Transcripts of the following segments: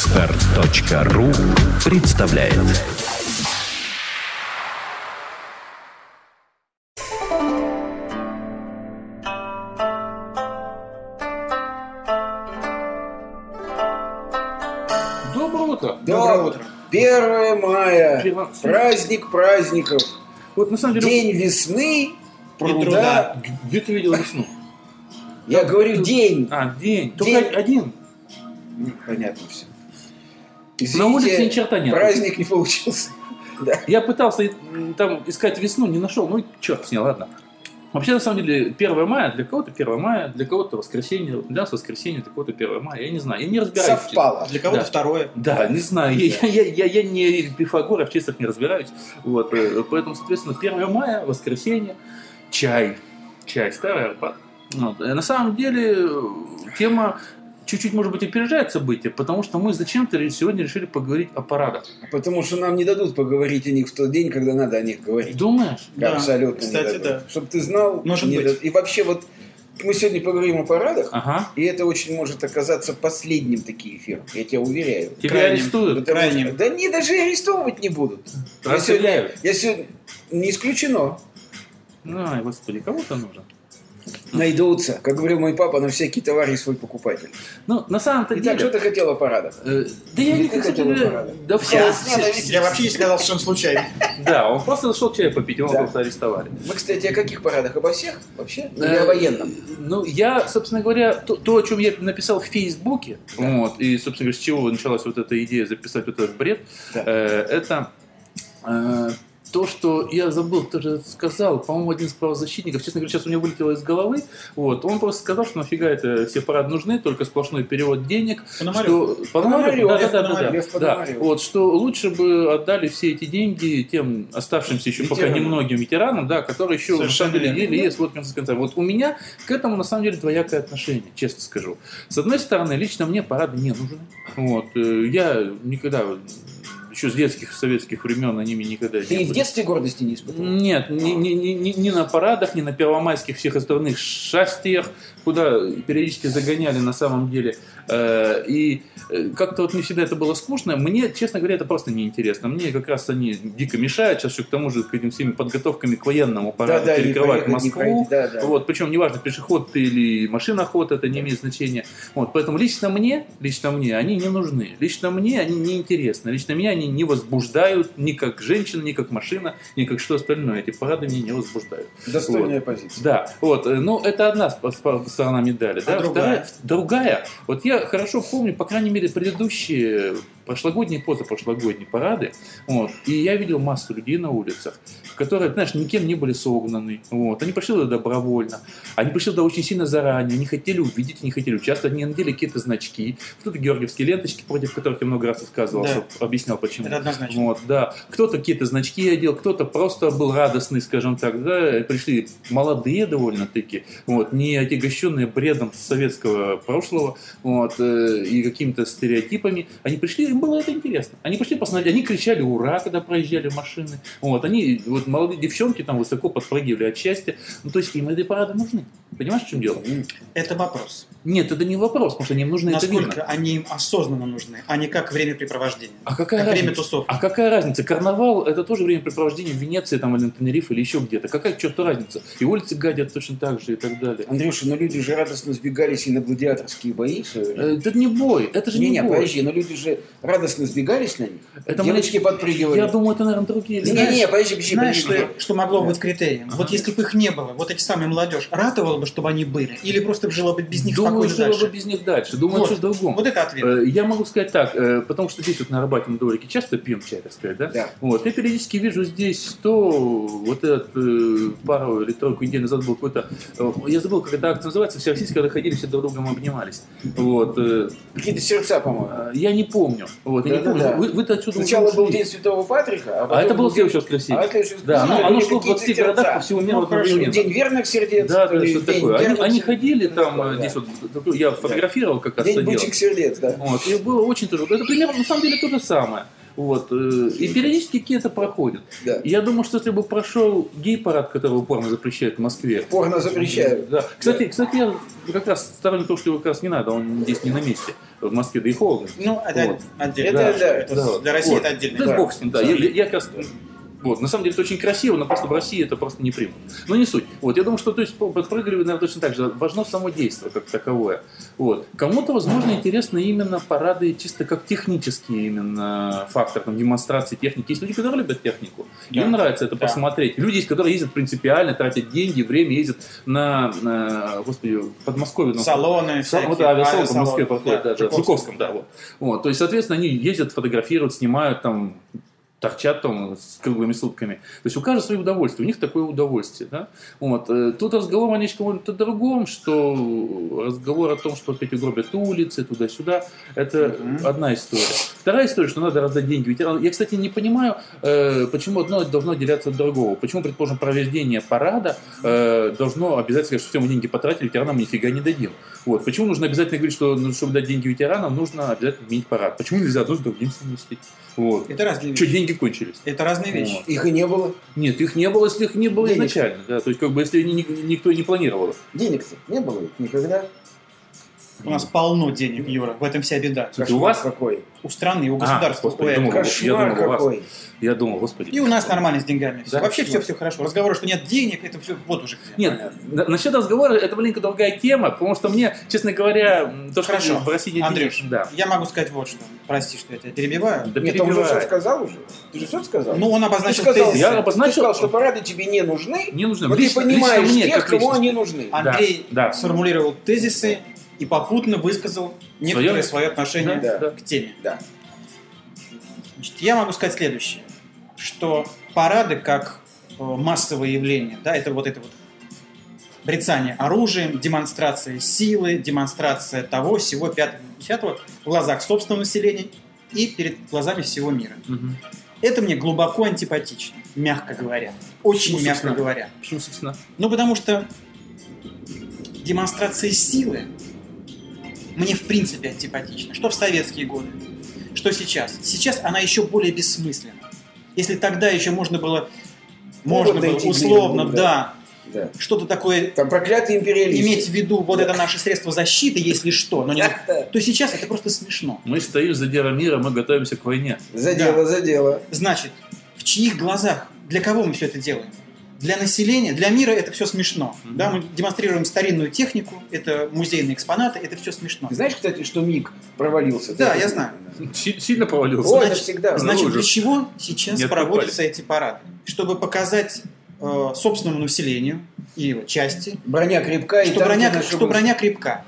Отстар.ру представляет Доброе утро. Доброе утро. 1 мая. Пират. Праздник праздников. Вот на самом деле... День весны, И труда. Г- Где ты видел весну? Я говорю день. А, день. Только День. один. А, Ну, Понятно все. На улице ни черта нет. Праздник не получился. Да. Я пытался м, там искать весну, не нашел. Ну, и черт с ней, ладно. Вообще, на самом деле, 1 мая для кого-то 1 мая, для кого-то воскресенье, для нас воскресенье, для кого-то 1 мая, я не знаю, я не разбираюсь. в чис- Совпало. А Для кого-то Да. второе. Да, не знаю, я, я- я- я не пифагор, я в числах не разбираюсь. Вот, э, поэтому, соответственно, 1 мая, воскресенье, чай, чай, старый Арбат. Вот, э, На самом деле, э, тема чуть-чуть, может быть, опережает события, потому что мы зачем-то ре- сегодня решили поговорить о парадах. Потому что нам не дадут поговорить о них в тот день, когда надо о них говорить. Думаешь? Да, Абсолютно. не кстати, дадут. да. Чтоб ты знал. Может не быть. дадут. И вообще вот мы сегодня поговорим о парадах. Ага. И это очень может оказаться последним таким эфиром. Я тебя уверяю. Тебя Крайним. арестуют. Потому крайним. что- Да не, даже и арестовывать не будут. Я сегодня, Расстреляют. я сегодня- не исключено. Ай, господи, кому-то нужен. Найдутся. Как говорил мой папа, на всякий товар есть свой покупатель. Ну, на самом-то Итак, что деле... ты хотела парадов? э, Да я Или не ты кстати, хотела да- парадов? Да все, Холоднее, наверное. Я вообще не сказал, что он случайный. Да, он просто зашел чай попить, его Да. просто арестовали. Мы, кстати, о каких парадах? Обо всех? Вообще? Или Э, о военном? Ну, я, собственно говоря, то, то, о чем я написал в Фейсбуке, вот, и, собственно говоря, с чего началась вот эта идея записать вот этот бред, Да. э, это э, то, что я забыл, кто же это сказал, по-моему, один из правозащитников, честно говоря, сейчас у меня вылетело из головы, вот, он просто сказал, что нафига это все парады нужны, только сплошной перевод денег, Пономарев. что Пономарев, да, Пономарев, да, Лев да, да, Пономарев, да. Лев Да, Пономарев. вот, что лучше бы отдали все эти деньги тем оставшимся еще пока Ветеранам. немногим ветеранам, да, которые еще на самом Совершенно деле верно. еле есть вот конец конца. Вот у меня к этому на самом деле двоякое отношение, честно скажу. С одной стороны, лично мне парады не нужны. Вот, э, я никогда еще с детских советских времен на ними никогда Ты не и в был. детстве гордости не испытывал? Нет, ни, ни- ни- ни- ни на парадах, ни на первомайских всех остальных шастиях, куда периодически загоняли на самом деле. Э, И э, как-то вот мне всегда это было скучно. Мне, честно говоря, это просто неинтересно. Мне как раз они дико мешают. Сейчас еще к тому же к этим всеми подготовками к военному параду Да-да, не перекрывать проехать, не Москву. проехать, да-да. Вот, причем неважно, пешеход ты или машиноход, это не имеет значения. Вот, поэтому лично мне, лично мне они не нужны. Лично мне они не интересны. Лично меня они не возбуждают ни как женщина, ни как машина, ни как что остальное. Эти парады меня не возбуждают. Достойная позиция. Да, вот, э, ну это одна сп- сп- сторона медали, да, А вторая, другая? другая. Вот я хорошо помню, по крайней мере, предыдущие э, прошлогодние, позапрошлогодние парады, вот, и я видел массу людей на улицах, которые, знаешь, никем не были согнаны, вот, они пришли туда добровольно, они пришли туда очень сильно заранее, не хотели увидеть, не хотели участвовать, они надели какие-то значки, кто-то георгиевские ленточки, против которых я много раз отказывался, объяснял почему. Это однозначно. Вот, да. Кто-то какие-то значки одел, кто-то просто был радостный, скажем так, да, пришли молодые довольно-таки, вот, не отягощенные бредом советского прошлого, вот, э, и какими-то стереотипами. Они пришли, им было это интересно. Они пришли посмотреть, они кричали «Ура!», когда проезжали машины, вот, они, вот, молодые девчонки там высоко подпрыгивали от счастья, ну, то есть им эти парады нужны. Понимаешь, в чем дело? М. Это вопрос. Нет, это не вопрос, потому что они им нужны, Ну, это видно. Насколько они им осознанно нужны, а не как времяпрепровождение. А какая Как время разница? тусовки. А какая разница? Карнавал – это тоже времяпрепровождение в Венеции там, или на Тенерифе, или еще где-то. Какая к черту разница? И улицы гадят точно так же и так далее. Андрюша, ну люди же радостно сбегались и на гладиаторские бои в свое время. Э, Это не бой, это же не, Не-не, бой. подожди, но люди же радостно сбегались на них. Это Девочки мы- подпрыгивали. Я думаю, это, наверное, другие люди. Не-не-не, подожди, подожди, Знаешь, подожди. что, что могло Да. быть критерием? Вот если бы их не было, вот эти самые молодежь ратовала бы, чтобы они были, или просто бы жила бы без них Думаю, спокойно что дальше? бы без них дальше. Думаю, Вот. что в другом. Вот это ответ. Э, Я могу сказать так, э, потому что здесь вот на Арбате, на Дворике часто пьем чай, так сказать, да? Да. Вот, я периодически вижу здесь то, вот этот э, пару или тройку недель назад был какой-то, э, я забыл, как эта акция называется, все российские, когда ходили, все друг другом обнимались. Вот, э, Какие-то сердца, по-моему. А, Я не помню. Вот, я не помню. Да-да-да. Вы, вы-то отсюда Сначала уже был ушли. День Святого Патрика, а А потом это было был День следующее воскресенье. А это еще Да, сказали, оно, оно были шло в какие-то 20 городах сердца. по всему миру Ну, хорошо, одновременно. День верных сердец. Да, да, или что День такое. Они, верных они сердец. ходили там, Да. э, здесь вот, такой- я фотографировал как раз День это дело. бычьих сердец, да. Вот, и было очень тоже. Это примерно, на самом деле, то же самое. Вот. э, И периодически какие-то проходят. Да. Я думаю, что если бы прошел гей-парад, который упорно запрещают в Москве, Порно запрещают. да. Кстати, кстати, я как раз сторонник того, что его как раз не надо, он здесь не на месте. В Москве, да и холодно. Ну, это Вот. отдельно. Это, да, это да. для России Вот. это отдельно. Да, бог с ним, да. Я, я- я как раз- Вот, на самом деле это очень красиво, но просто в России это просто не примут. Но не суть. Вот, я думаю, что то есть по- подпрыгивали, наверное, точно так же. Важно само действие как таковое. Вот. Кому-то, возможно, интересны именно парады чисто как технический именно фактор, там, демонстрации техники. Есть люди, которые любят технику. Им Да. нравится это Да. посмотреть. Люди есть, которые ездят принципиально, тратят деньги, время, ездят на, на господи, Подмосковье. на- Салоны, Сам- всякие, вот, а, да, авиасалон в Москве авиасалоны, проходит, да, да, в Жуковский. Жуковском, да, вот. Вот, То есть, соответственно, они ездят, фотографируют, снимают там, торчат там с круглыми сутками. То есть у каждого свое удовольствие, у них такое удовольствие, да. Вот. э, Тут разговор о нечем то другом, что разговор о том, что опять угробят улицы, туда-сюда, это Мгм. одна история. Вторая история, что надо раздать деньги ветеранам. Я, кстати, не понимаю, э, почему одно должно отделяться от другого. Почему, предположим, проведение парада э, должно обязательно сказать, что все, мы деньги потратили, ветеранам нифига не дадим. Вот. Почему нужно обязательно говорить, что ну, чтобы дать деньги ветеранам, нужно обязательно отменить парад? Почему нельзя одно с другим совместить? Вот. Это разные Что, вещи. деньги кончились? Это разные вещи. Их и не было. Нет, их не было, если их не было Денег. изначально. Да, то есть, как бы, если ни- никто и не планировал. их. Денег-то не было их никогда. У нас полно денег, Юра. В этом вся беда. Слушайте, у вас... какой? У страны, у государства, А, господи, у я этого. думал, Кошмар думал, у вас. какой. Я думал, господи. И у нас нормально с деньгами. всё. Да? Вообще все, все хорошо. Разговор, что нет денег, это все вот уже где. Нет, на- насчет разговора, это маленько другая тема, потому что мне, честно говоря, м, то, что Хорошо. в России нет Андрюш, денег, да. Я могу сказать вот что. Прости, что я тебя перебиваю. Да Нет, ты уже все перебивай. сказал уже. Ты же все сказал. Ну, он ты обозначил сказал, тезисы. Я обозначил- ты сказал, что парады тебе не нужны. Не нужно. но ты Лично- лично понимаешь мне, тех, как кому личности. они нужны. А, Андрей да. сформулировал тезисы и попутно высказал некоторые свои отношения Да, да. к теме. Да. Значит, я могу сказать следующее, что парады как э, массовое явление, да, это вот это вот брецание оружием, демонстрация силы, демонстрация того, всего пятого, десятого в глазах собственного населения и перед глазами всего мира. Мгм. Это мне глубоко антипатично, мягко говоря. Очень Ну, мягко собственно. говоря. Почему, собственно? Ну, потому что демонстрации силы мне в принципе антипатична. Что в советские годы, что сейчас. Сейчас она еще более бессмысленна. Если тогда еще можно было, можно Повод было найти условно, мир, ну, да, Да. что-то такое Там проклятые империалисты. иметь в виду, вот это наше средство защиты, если что, но не... то сейчас это просто смешно. Мы стоим за дело мира, мы готовимся к войне. За дело, за дело. Значит, в чьих глазах, для кого мы все это делаем? Для населения, для мира это все смешно. Мгм. Да, мы демонстрируем старинную технику, это музейные экспонаты, это все смешно. Ты знаешь, кстати, что МИГ провалился? Да, Ты я это- знаю. Си- Сильно провалился. О, это Значит, всегда. Значит, ужас. для чего сейчас Нет, проводятся эти парады? Чтобы показать э, собственному населению и его части, Броня крепкая. и что, танки броня, наши что быстро. броня крепка.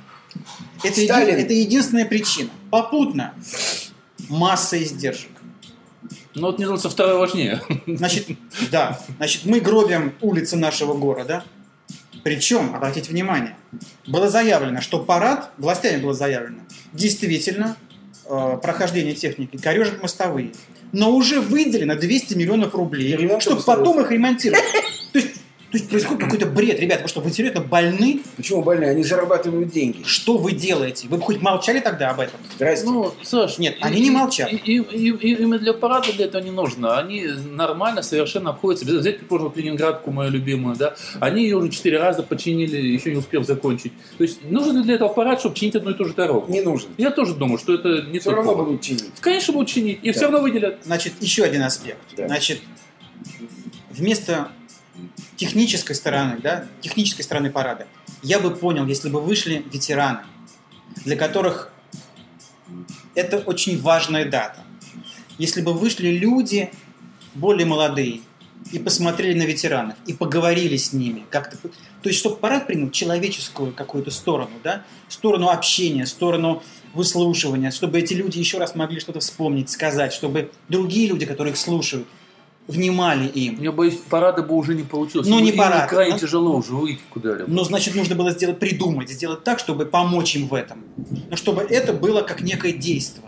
Это, еди- Сталин. это единственная причина. Попутно масса издержек. Ну вот, мне кажется, второе важнее. Значит, да. Значит, мы гробим улицы нашего города. Причем, обратите внимание, было заявлено, что парад, властями было заявлено, действительно, э, прохождение техники корежит мостовые. Но уже выделено 200 миллионов И рублей, ремонт чтобы мостовых. потом их ремонтировать. То есть, то есть происходит какой-то бред. Ребята, вы что, вы серьезно больны? Почему больные? Они зарабатывают деньги. Что вы делаете? Вы бы хоть молчали тогда об этом? Здрасте. Ну, Саш, Нет, они не молчат. и- и- и- и- Им и для парада для этого не нужно. Они нормально совершенно обходятся. Без- Взять, предположим, вот Ленинградку, мою любимую, да. Они ее уже четыре раза починили, еще не успев закончить. То есть нужен ли для этого парад, чтобы чинить одну и ту же дорогу? Не нужен. Я тоже думаю, что это не Все тот равно повод. будут чинить. Конечно, будут чинить. И все Да. равно выделят. Значит, еще один аспект. Да. Значит, вместо технической стороны, да, технической стороны парада, я бы понял, если бы вышли ветераны, для которых это очень важная дата. Если бы вышли люди более молодые и посмотрели на ветеранов, и поговорили с ними как-то. п- То есть, чтобы парад принял человеческую какую-то сторону, да, сторону общения, сторону выслушивания, чтобы эти люди еще раз могли что-то вспомнить, сказать, чтобы другие люди, которые их слушают, внимали им. Я боюсь, парада бы уже не получилось. Ну, не Им на парад, крайне ну. тяжело уже выйти куда-либо. Но, значит, нужно было сделать, придумать, сделать так, чтобы помочь им в этом. Но чтобы это было как некое действие.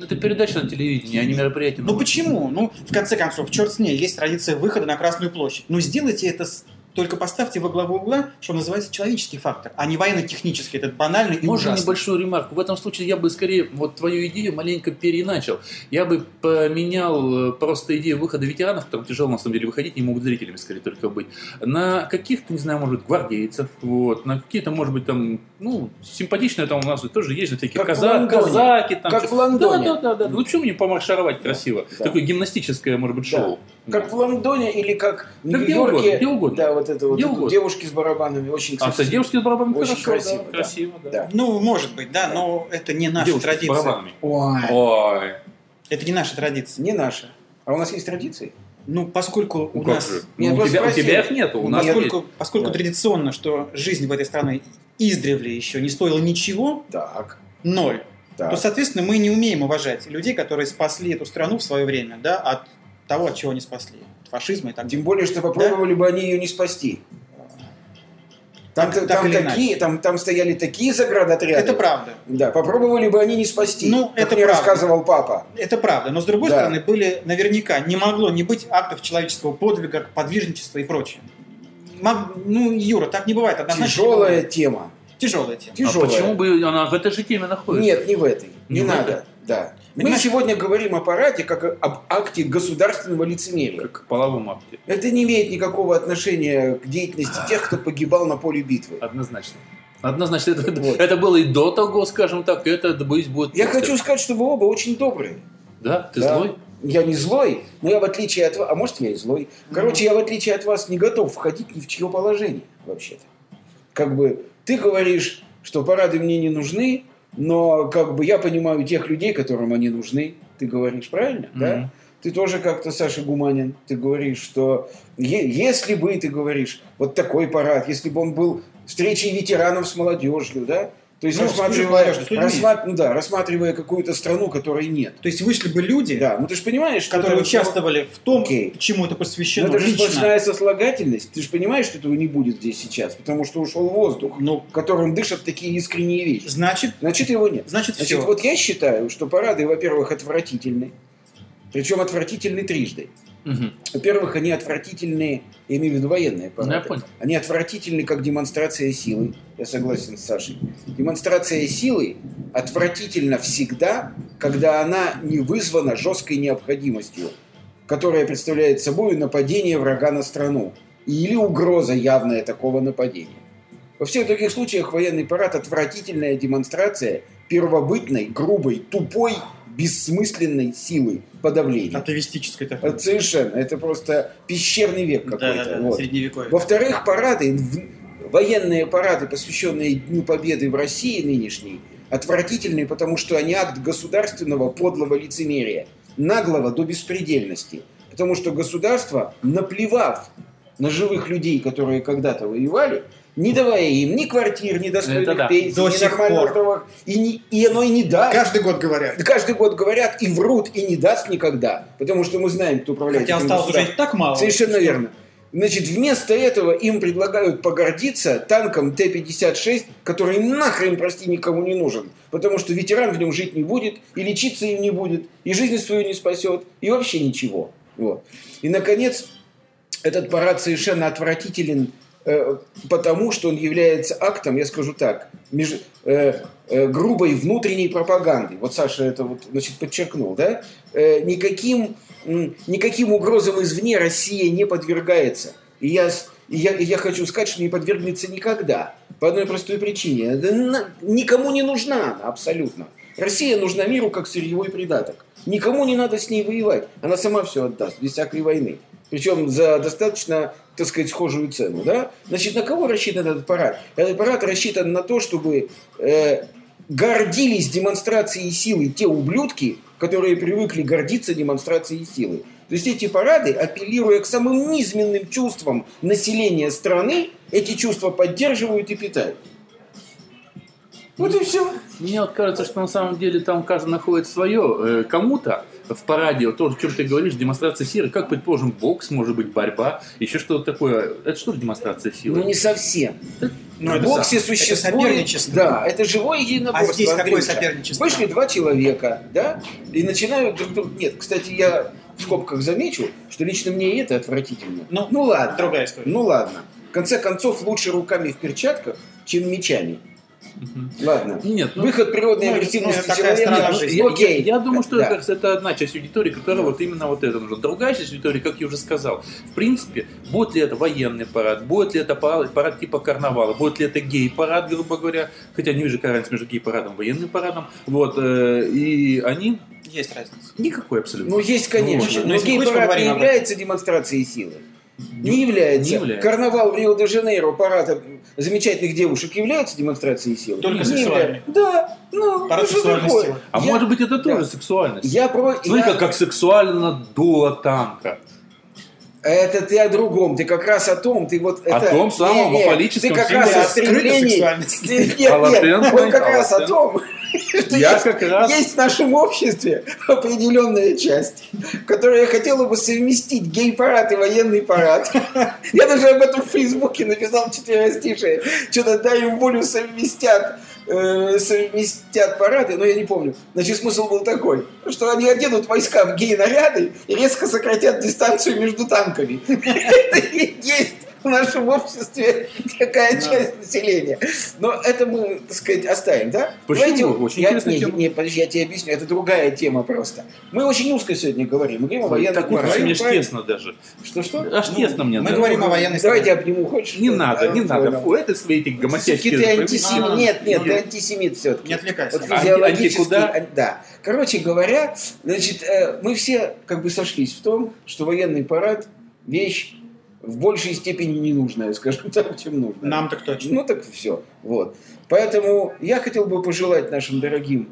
Это передача на телевидении, а не мероприятие. Ну почему? Ну, в конце концов, черт с ней, есть традиция выхода на Красную площадь. Ну сделайте это с Только поставьте во главу угла, что называется, человеческий фактор, а не военно-технический, этот банальный и Можно ужасный. небольшую ремарку? В этом случае я бы скорее вот твою идею маленько переначал. Я бы поменял э, просто идею выхода ветеранов, которым тяжело на самом деле выходить, не могут зрителями скорее только быть, на каких-то, не знаю, может, гвардейцев, вот, на какие-то, может быть, там, ну, симпатичные там у нас тоже есть, же такие Как в каза- Лондоне. казаки там. Как чё- в Лондоне. Да, да, да, да. Ну, почему мне помаршировать красиво? Да. Такое гимнастическое, может быть, Да. шоу. Как в Лондоне или как в Да где угодно, Нью-Йорке. где угодно. Да, вот это вот Где эти угодно. девушки с барабанами. Очень, А, кстати, девушки с барабанами Очень хорошо, красиво, да, да. красиво, да. Да. Ну, может быть, да, но это не наша Девушки с традиция. барабанами. Ой, Ой. Это не наша традиция. не наши. А у нас есть традиции? Ну, поскольку Ну, у как нас... же? Нет, Ну, у, просто тебя, у спросили. тебя их нету, у нас есть. поскольку, поскольку Да. традиционно, что жизнь в этой стране издревле еще не стоила ничего, Так. ноль, так. то, соответственно, мы не умеем уважать людей, которые спасли эту страну в свое время, да, от того, от чего они спасли, от фашизма и так Тем далее. более, что попробовали бы они ее не спасти. Там, Так- там так или такие, иначе. там, там стояли такие заградотряды. Это правда. Да, попробовали бы они не спасти. Ну, как это мне правда. рассказывал папа. Это правда. Но, с другой Да. стороны, были наверняка, не могло не быть актов человеческого подвига, подвижничества и прочее. Мог- ну, Юра, так не бывает. Однозначно не Тяжелая бывает. тема. Тяжелая тема. Тяжелая. А почему бы она в этой же теме находится? Нет, не в этой. Не, Не в надо. этой? Да. Мы Понимаешь- сегодня говорим о параде как о- об акте государственного лицемерия. Как к половому акте. Это не имеет никакого отношения к деятельности тех, кто погибал на поле битвы. Однозначно. Однозначно, это, Вот. это было и до того, скажем так, и это, боюсь, будет... Я после. хочу сказать, что вы оба очень добрые. Да? Ты Да. злой? Я не злой, но я в отличие от вас... А может, я и злой. Короче, я в отличие от вас не готов входить ни в чье положение, вообще-то. Как бы ты говоришь, что парады мне не нужны, но как бы я понимаю тех людей, которым они нужны. Ты говоришь правильно, да? Мгм. Ты тоже как-то, Саша Гуманин, ты говоришь, что е- если бы, ты говоришь, вот такой парад, если бы он был встречей ветеранов с молодежью, да? То есть Ну, с рассматривая, молодежью, с людьми. рассмат- ну да, рассматривая какую-то страну, которой нет. То есть вышли бы люди, Да, ну ты же понимаешь, что которые это- участвовали в том, Окей. чему это ну, посвящено это же лично. сплошная сослагательность. Ты же понимаешь, что этого не будет здесь сейчас, потому что ушел воздух, Ну, которым дышат такие искренние вещи. значит, Значит, его нет. значит, Значит, все. вот я считаю, что парады, во-первых, отвратительны. Причем отвратительны трижды. Мгм. Во-первых, они отвратительные, я имею в виду военные Ну, парады. я понял. Они отвратительны, как демонстрация силы. Я согласен с Сашей. Демонстрация силы отвратительна всегда, когда она не вызвана жесткой необходимостью, которая представляет собой нападение врага на страну или угроза явная такого нападения. Во всех других случаях военный парад – отвратительная демонстрация первобытной, грубой, тупой, бессмысленной силы подавления. Атовистическое такое. Это Совершенно. Это просто пещерный век Да, какой-то. да, да, Вот. средневековье. Во-вторых, парады, в- военные парады, посвященные Дню Победы в России нынешней, отвратительные, потому что они акт государственного подлого лицемерия, наглого до беспредельности. Потому что государство, наплевав на живых людей, которые когда-то воевали, не давая им ни квартир, ни достойных Это да. пенсий, До ни сих нормального пор. здравоохранения, и, не- и оно и не даст. Каждый год говорят. Каждый год говорят и врут, и не даст никогда. Потому что мы знаем, кто управляет Хотя этим осталось уже государством. и так мало. Совершенно верно. Значит, вместо этого им предлагают погордиться танком Т-56, который нахрен, прости, никому не нужен. Потому что ветеран в нем жить не будет, и лечиться им не будет, и жизнь свою не спасет, и вообще ничего. Вот. И, наконец, этот парад совершенно отвратителен, э, потому что он является актом, я скажу так, меж- э, э, грубой внутренней пропаганды. Вот Саша это вот, значит, подчеркнул, да? Э, никаким, м, никаким угрозам извне Россия не подвергается. И я, с- и я, и я хочу сказать, что не подвергнется никогда. По одной простой причине. Да на- никому не нужна она абсолютно. Россия нужна миру как сырьевой придаток. Никому не надо с ней воевать. Она сама все отдаст, без всякой войны. Причем за достаточно, так сказать, схожую цену. Да? Значит, на кого рассчитан этот парад? Этот парад рассчитан на то, чтобы э, гордились демонстрацией силы те ублюдки, которые привыкли гордиться демонстрацией силы. То есть эти парады, апеллируя к самым низменным чувствам населения страны, эти чувства поддерживают и питают. Вот и все. Мне вот кажется, что на самом деле там каждый находит свое. Э, Кому-то в параде, вот тоже, о чем ты говоришь, демонстрация силы, как, предположим, бокс, может быть, борьба, еще что-то такое. Это что же демонстрация силы? Ну не совсем. Ну, в это боксе да. существует... Это соперничество. Да, это живое единоборство. А здесь какое Андрюша. соперничество? Вышли два человека, да, и начинают друг друга... Нет, кстати, я в скобках замечу, что лично мне и это отвратительно. Ну, ладно. другая история. Ну ладно. В конце концов, лучше руками в перчатках, чем мечами. Мгм. Ладно. Нет, ну, Выход природной ну, агрессивности ну, такая человека. страна ну, жизни. Я, Окей. я- я думаю, что Да. как раз это одна часть аудитории, которая вот именно вот это нужна. Другая часть аудитории, как я уже сказал, в принципе, будет ли это военный парад, будет ли это парад, парад типа карнавала, будет ли это гей-парад, грубо говоря, хотя не вижу какая разница между гей-парадом и военным парадом, вот, э, и они Есть разница. никакой абсолютно. Ну, есть, конечно. Ну, но если хочешь, гей-парад не поговорим об этом. является демонстрацией силы. Не является. не является. Карнавал в Рио-де-Жанейро, парад э, замечательных девушек является демонстрацией силы? Только Не сексуальной. является. Да. Ну, Парад ну, что сексуальной такое? силы. а я- может быть это тоже да. сексуальность? Я про... Слышно, я- как сексуально дуло танка. Это ты о другом, ты как раз о том, ты вот О это- том самом, Не-не, о фаллическом Ты как силе. раз о О скрытой стремлении. сексуальности. Нет, нет, О латентной, он как о раз о латентной. том, что Я есть- как раз- есть в нашем обществе определенная часть, которая хотела бы совместить гей-парад и военный парад. Я даже об этом в Фейсбуке написал четверостишее. Что-то дай им волю совместят э, совместят парады, но я не помню. Значит, смысл был такой, что они оденут войска в гей-наряды и резко сократят дистанцию между танками. Это и есть в нашем обществе такая часть населения. Но это мы, так сказать, оставим, да? Почему? Давайте- Очень я, интересная не, тема. не, подожди, я тебе объясню. Это другая тема просто. Мы очень узко сегодня говорим. Мы говорим о военном Так уж параде, мне ж правильно? Ну, тесно даже. Что-что? Аж тесно мне мы даже. говорим о военной Давайте обниму, хочешь? Ну, Не надо, не Давай, надо. давай. Фу, это свои эти гомосексуальные. Все-таки ты антисемит. А, Нет, нет, ну, ты антисемит все-таки. Не отвлекайся. Вот А, физиологически, анти- куда? а, да. Короче говоря, значит, э, мы все как бы сошлись в том, что военный парад – вещь в большей степени ненужная, скажем так, чем нужная. Нам так точно. Ну так все. Вот. Поэтому я хотел бы пожелать нашим дорогим,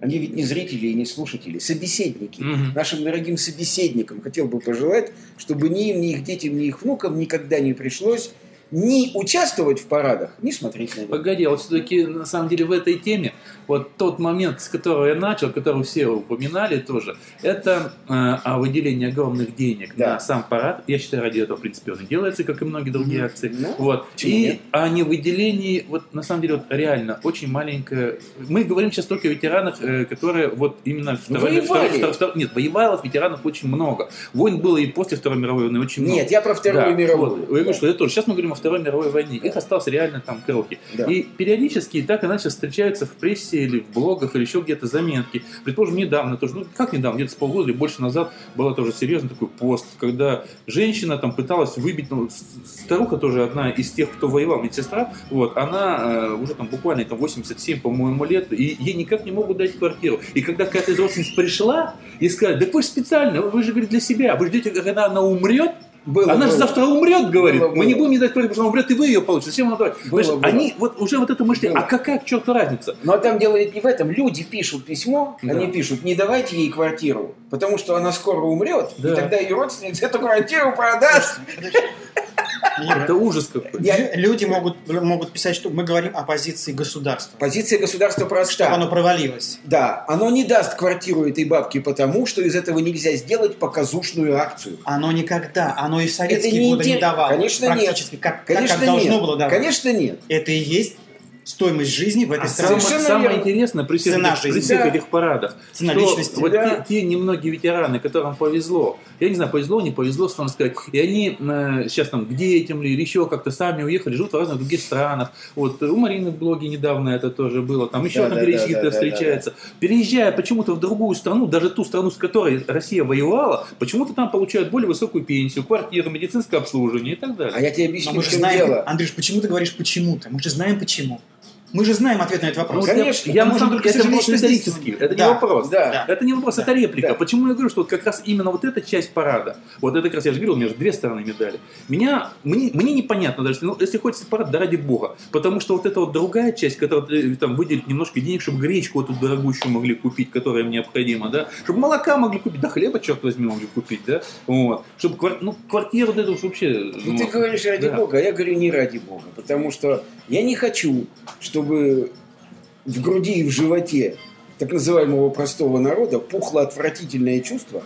они ведь не зрители и не слушатели, собеседники, Мгм. нашим дорогим собеседникам хотел бы пожелать, чтобы ни им, ни их детям, ни их внукам никогда не пришлось ни участвовать в парадах, ни смотреть на них. Погоди, а вот все-таки на самом деле в этой теме вот тот момент, с которого я начал, который все упоминали тоже, это э, о выделении огромных денег Да. на сам парад. Я считаю, ради этого, в принципе, он и делается, как и многие другие Мгм. акции. Ну, Вот. почему нет? И о невыделении, вот на самом деле, вот реально очень маленькое. Мы говорим сейчас только о ветеранах, э, которые вот именно второй, Воевали. второй- второй- нет, воевалов ветеранов очень много. Войн было и после Второй мировой войны очень много. Нет, я про Вторую Да, мировую. вот. Я говорю, что это тоже. Сейчас мы говорим о Второй мировой войне. Их осталось реально там крохи. Да. И периодически так иначе встречаются в прессе или в блогах или еще где-то заметки. Предположим, недавно тоже, ну как недавно, где-то с полгода или больше назад была тоже серьезный такой пост, когда женщина там пыталась выбить, ну, с- старуха тоже одна из тех, кто воевал, медсестра, вот, она э, уже там буквально там 87, по-моему, лет, и ей никак не могут дать квартиру. И когда какая-то из родственниц пришла и сказала, да вы же специально, вы же, говорит, для себя, вы ждете, когда она умрет, Было, она же было. завтра умрет, говорит. Было, было. Мы не будем ей дать квартиру, потому что она умрет, и вы ее получите. Зачем она давать? Было, Понимаешь, было. Они вот уже вот это мышление. Было. А какая к черту разница? Но там дело ведь не в этом. Люди пишут письмо, Да. они пишут, не давайте ей квартиру, потому что она скоро умрет, и Да. тогда ее родственница эту квартиру продаст. Юра, Это ужас какой. Я- лю- Люди могут, могут писать, что мы говорим о позиции государства. Позиция государства проста. Чтобы оно провалилось. Да, оно не даст квартиру этой бабке, потому что из этого нельзя сделать показушную акцию. Оно никогда, оно и в советские Это не годы не идея. давало. Конечно, нет. Практически, как, так, Конечно, как должно нет. было давать. Конечно, нет. Это и есть стоимость жизни в этой А стране. самое, самое верно. интересное при всех, Цена этих, жизни. при всех Да. этих парадах, Цена что личности. вот Да. те, те немногие ветераны, которым повезло, я не знаю, повезло, не повезло, что можно сказать, и они э, сейчас там к детям ли, или еще как-то сами уехали, живут в разных других странах. Вот э, у Марины в блоге недавно это тоже было, там еще Да, там да, периодически да, это да, да, встречается. Переезжая почему-то в другую страну, даже ту страну, с которой Россия воевала, почему-то там получают более высокую пенсию, квартиру, медицинское обслуживание и так А далее. я тебе Но объясню, мы в же чем знаем, дело. Андрюш, почему ты говоришь почему-то? Мы же знаем почему. Мы же знаем ответ на этот Ну, вопрос. вот я- конечно, я, на потому что, самом деле, к это сожалению, вопрос риторический, это не Да. вопрос. Да. Это не вопрос, Да. это реплика. Да. Почему я говорю, что вот как раз именно вот эта часть парада, вот это как раз я же говорил, у меня же две стороны медали. Меня, мне, мне непонятно даже, ну, если хочется парад, да ради бога. Потому что вот эта вот другая часть, которая э, там выделит немножко денег, чтобы гречку эту дорогущую могли купить, которая им необходима, да, чтобы молока могли купить, да хлеба, черт возьми, могли купить, да, вот, чтобы квар- ну, квартиру, да, это уж вообще... Ну, ты ну, говоришь ради да. Бога, а я говорю не ради Бога. Потому что я не хочу, чтобы в груди и в животе так называемого простого народа пухло отвратительное чувство,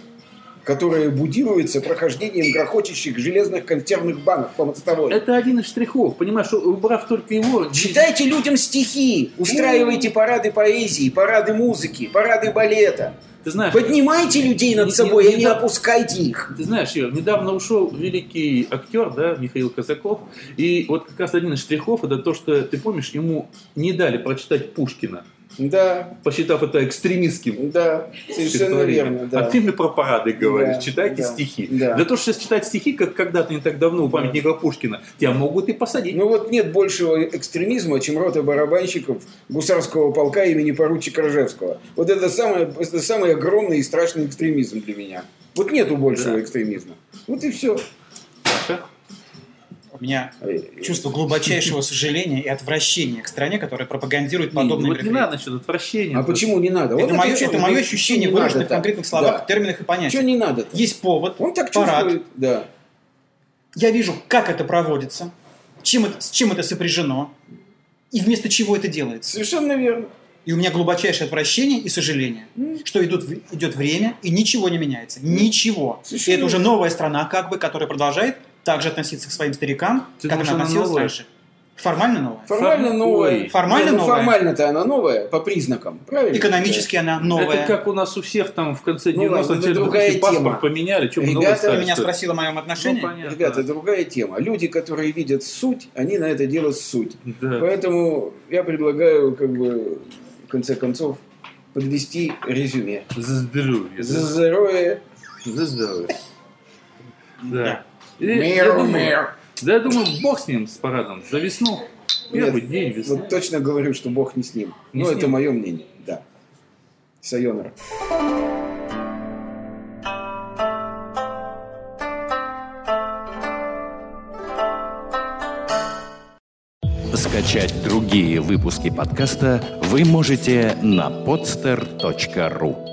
которая будируется прохождением грохочущих железных консервных банок по мостовой. Это один из штрихов, понимаешь, убрав только его... Читайте людям стихи, устраивайте парады поэзии, парады музыки, парады балета. Ты знаешь, Поднимайте Не- людей над не- собой, не а не так. опускайте их. Ты знаешь, Юр, недавно ушел великий актер, да, Михаил Казаков, и вот как раз один из штрихов, это то, что, ты помнишь, ему не дали прочитать Пушкина, Да, посчитав это экстремистским. да, совершенно стихотворением. верно. Да. А ты мне про парады говоришь, Да, читайте да, стихи. да. Для того, чтобы читать стихи, как когда-то не так давно у памятника Пушкина, тебя могут и посадить. Ну вот нет большего экстремизма, чем рота барабанщиков гусарского полка имени поручика Ржевского. Вот это самый, это самый огромный и страшный экстремизм для меня. Вот нету большего Да. экстремизма. Вот и все. Саша, У меня А чувство глубочайшего сожаления и отвращения к стране, которая пропагандирует подобные вот А не мероприятия. надо насчет отвращения. А почему не надо? Это, мое, чё- это мое ощущение, чё не выраженное в надо-то? конкретных словах, Да. терминах и Чё понятиях. не надо? Есть повод, Он так парад. чувствует. Да. Я вижу, как это проводится, чем это, с чем это сопряжено, и вместо чего это делается. Совершенно верно. И у меня глубочайшее отвращение и сожаление, что идут, в- идет время, и ничего не меняется. Ничего. И Совершенно это уже верно. новая страна, как бы, которая продолжает также относиться к своим старикам, Ты как думаешь, она она относилась новая? раньше. Формально новая. Формально Форм- новая. Ой. Формально Не, ну, новая? Формально-то она новая, по признакам. Правильно? Экономически она новая. Это как у нас у всех там в конце Ну ладно, 90-х это через другая паспорт тема. поменяли, чем Ребята Ну, Ты меня спросила о моем отношении. понятно. Ребята, другая тема. Люди, которые видят суть, они на это дело суть. Да. Поэтому я предлагаю, как бы, в конце концов, подвести резюме. За здоровье. За здоровье. За здоровье. Да. Да. И я думаю- Да я думаю, бог с ним, с парадом. За весну. Первый Нет, день весны. Вот точно говорю, что Бог не с ним. Не Но с это ним. мое мнение, да. Сайонара. Скачать другие выпуски подкаста вы можете на podster.ru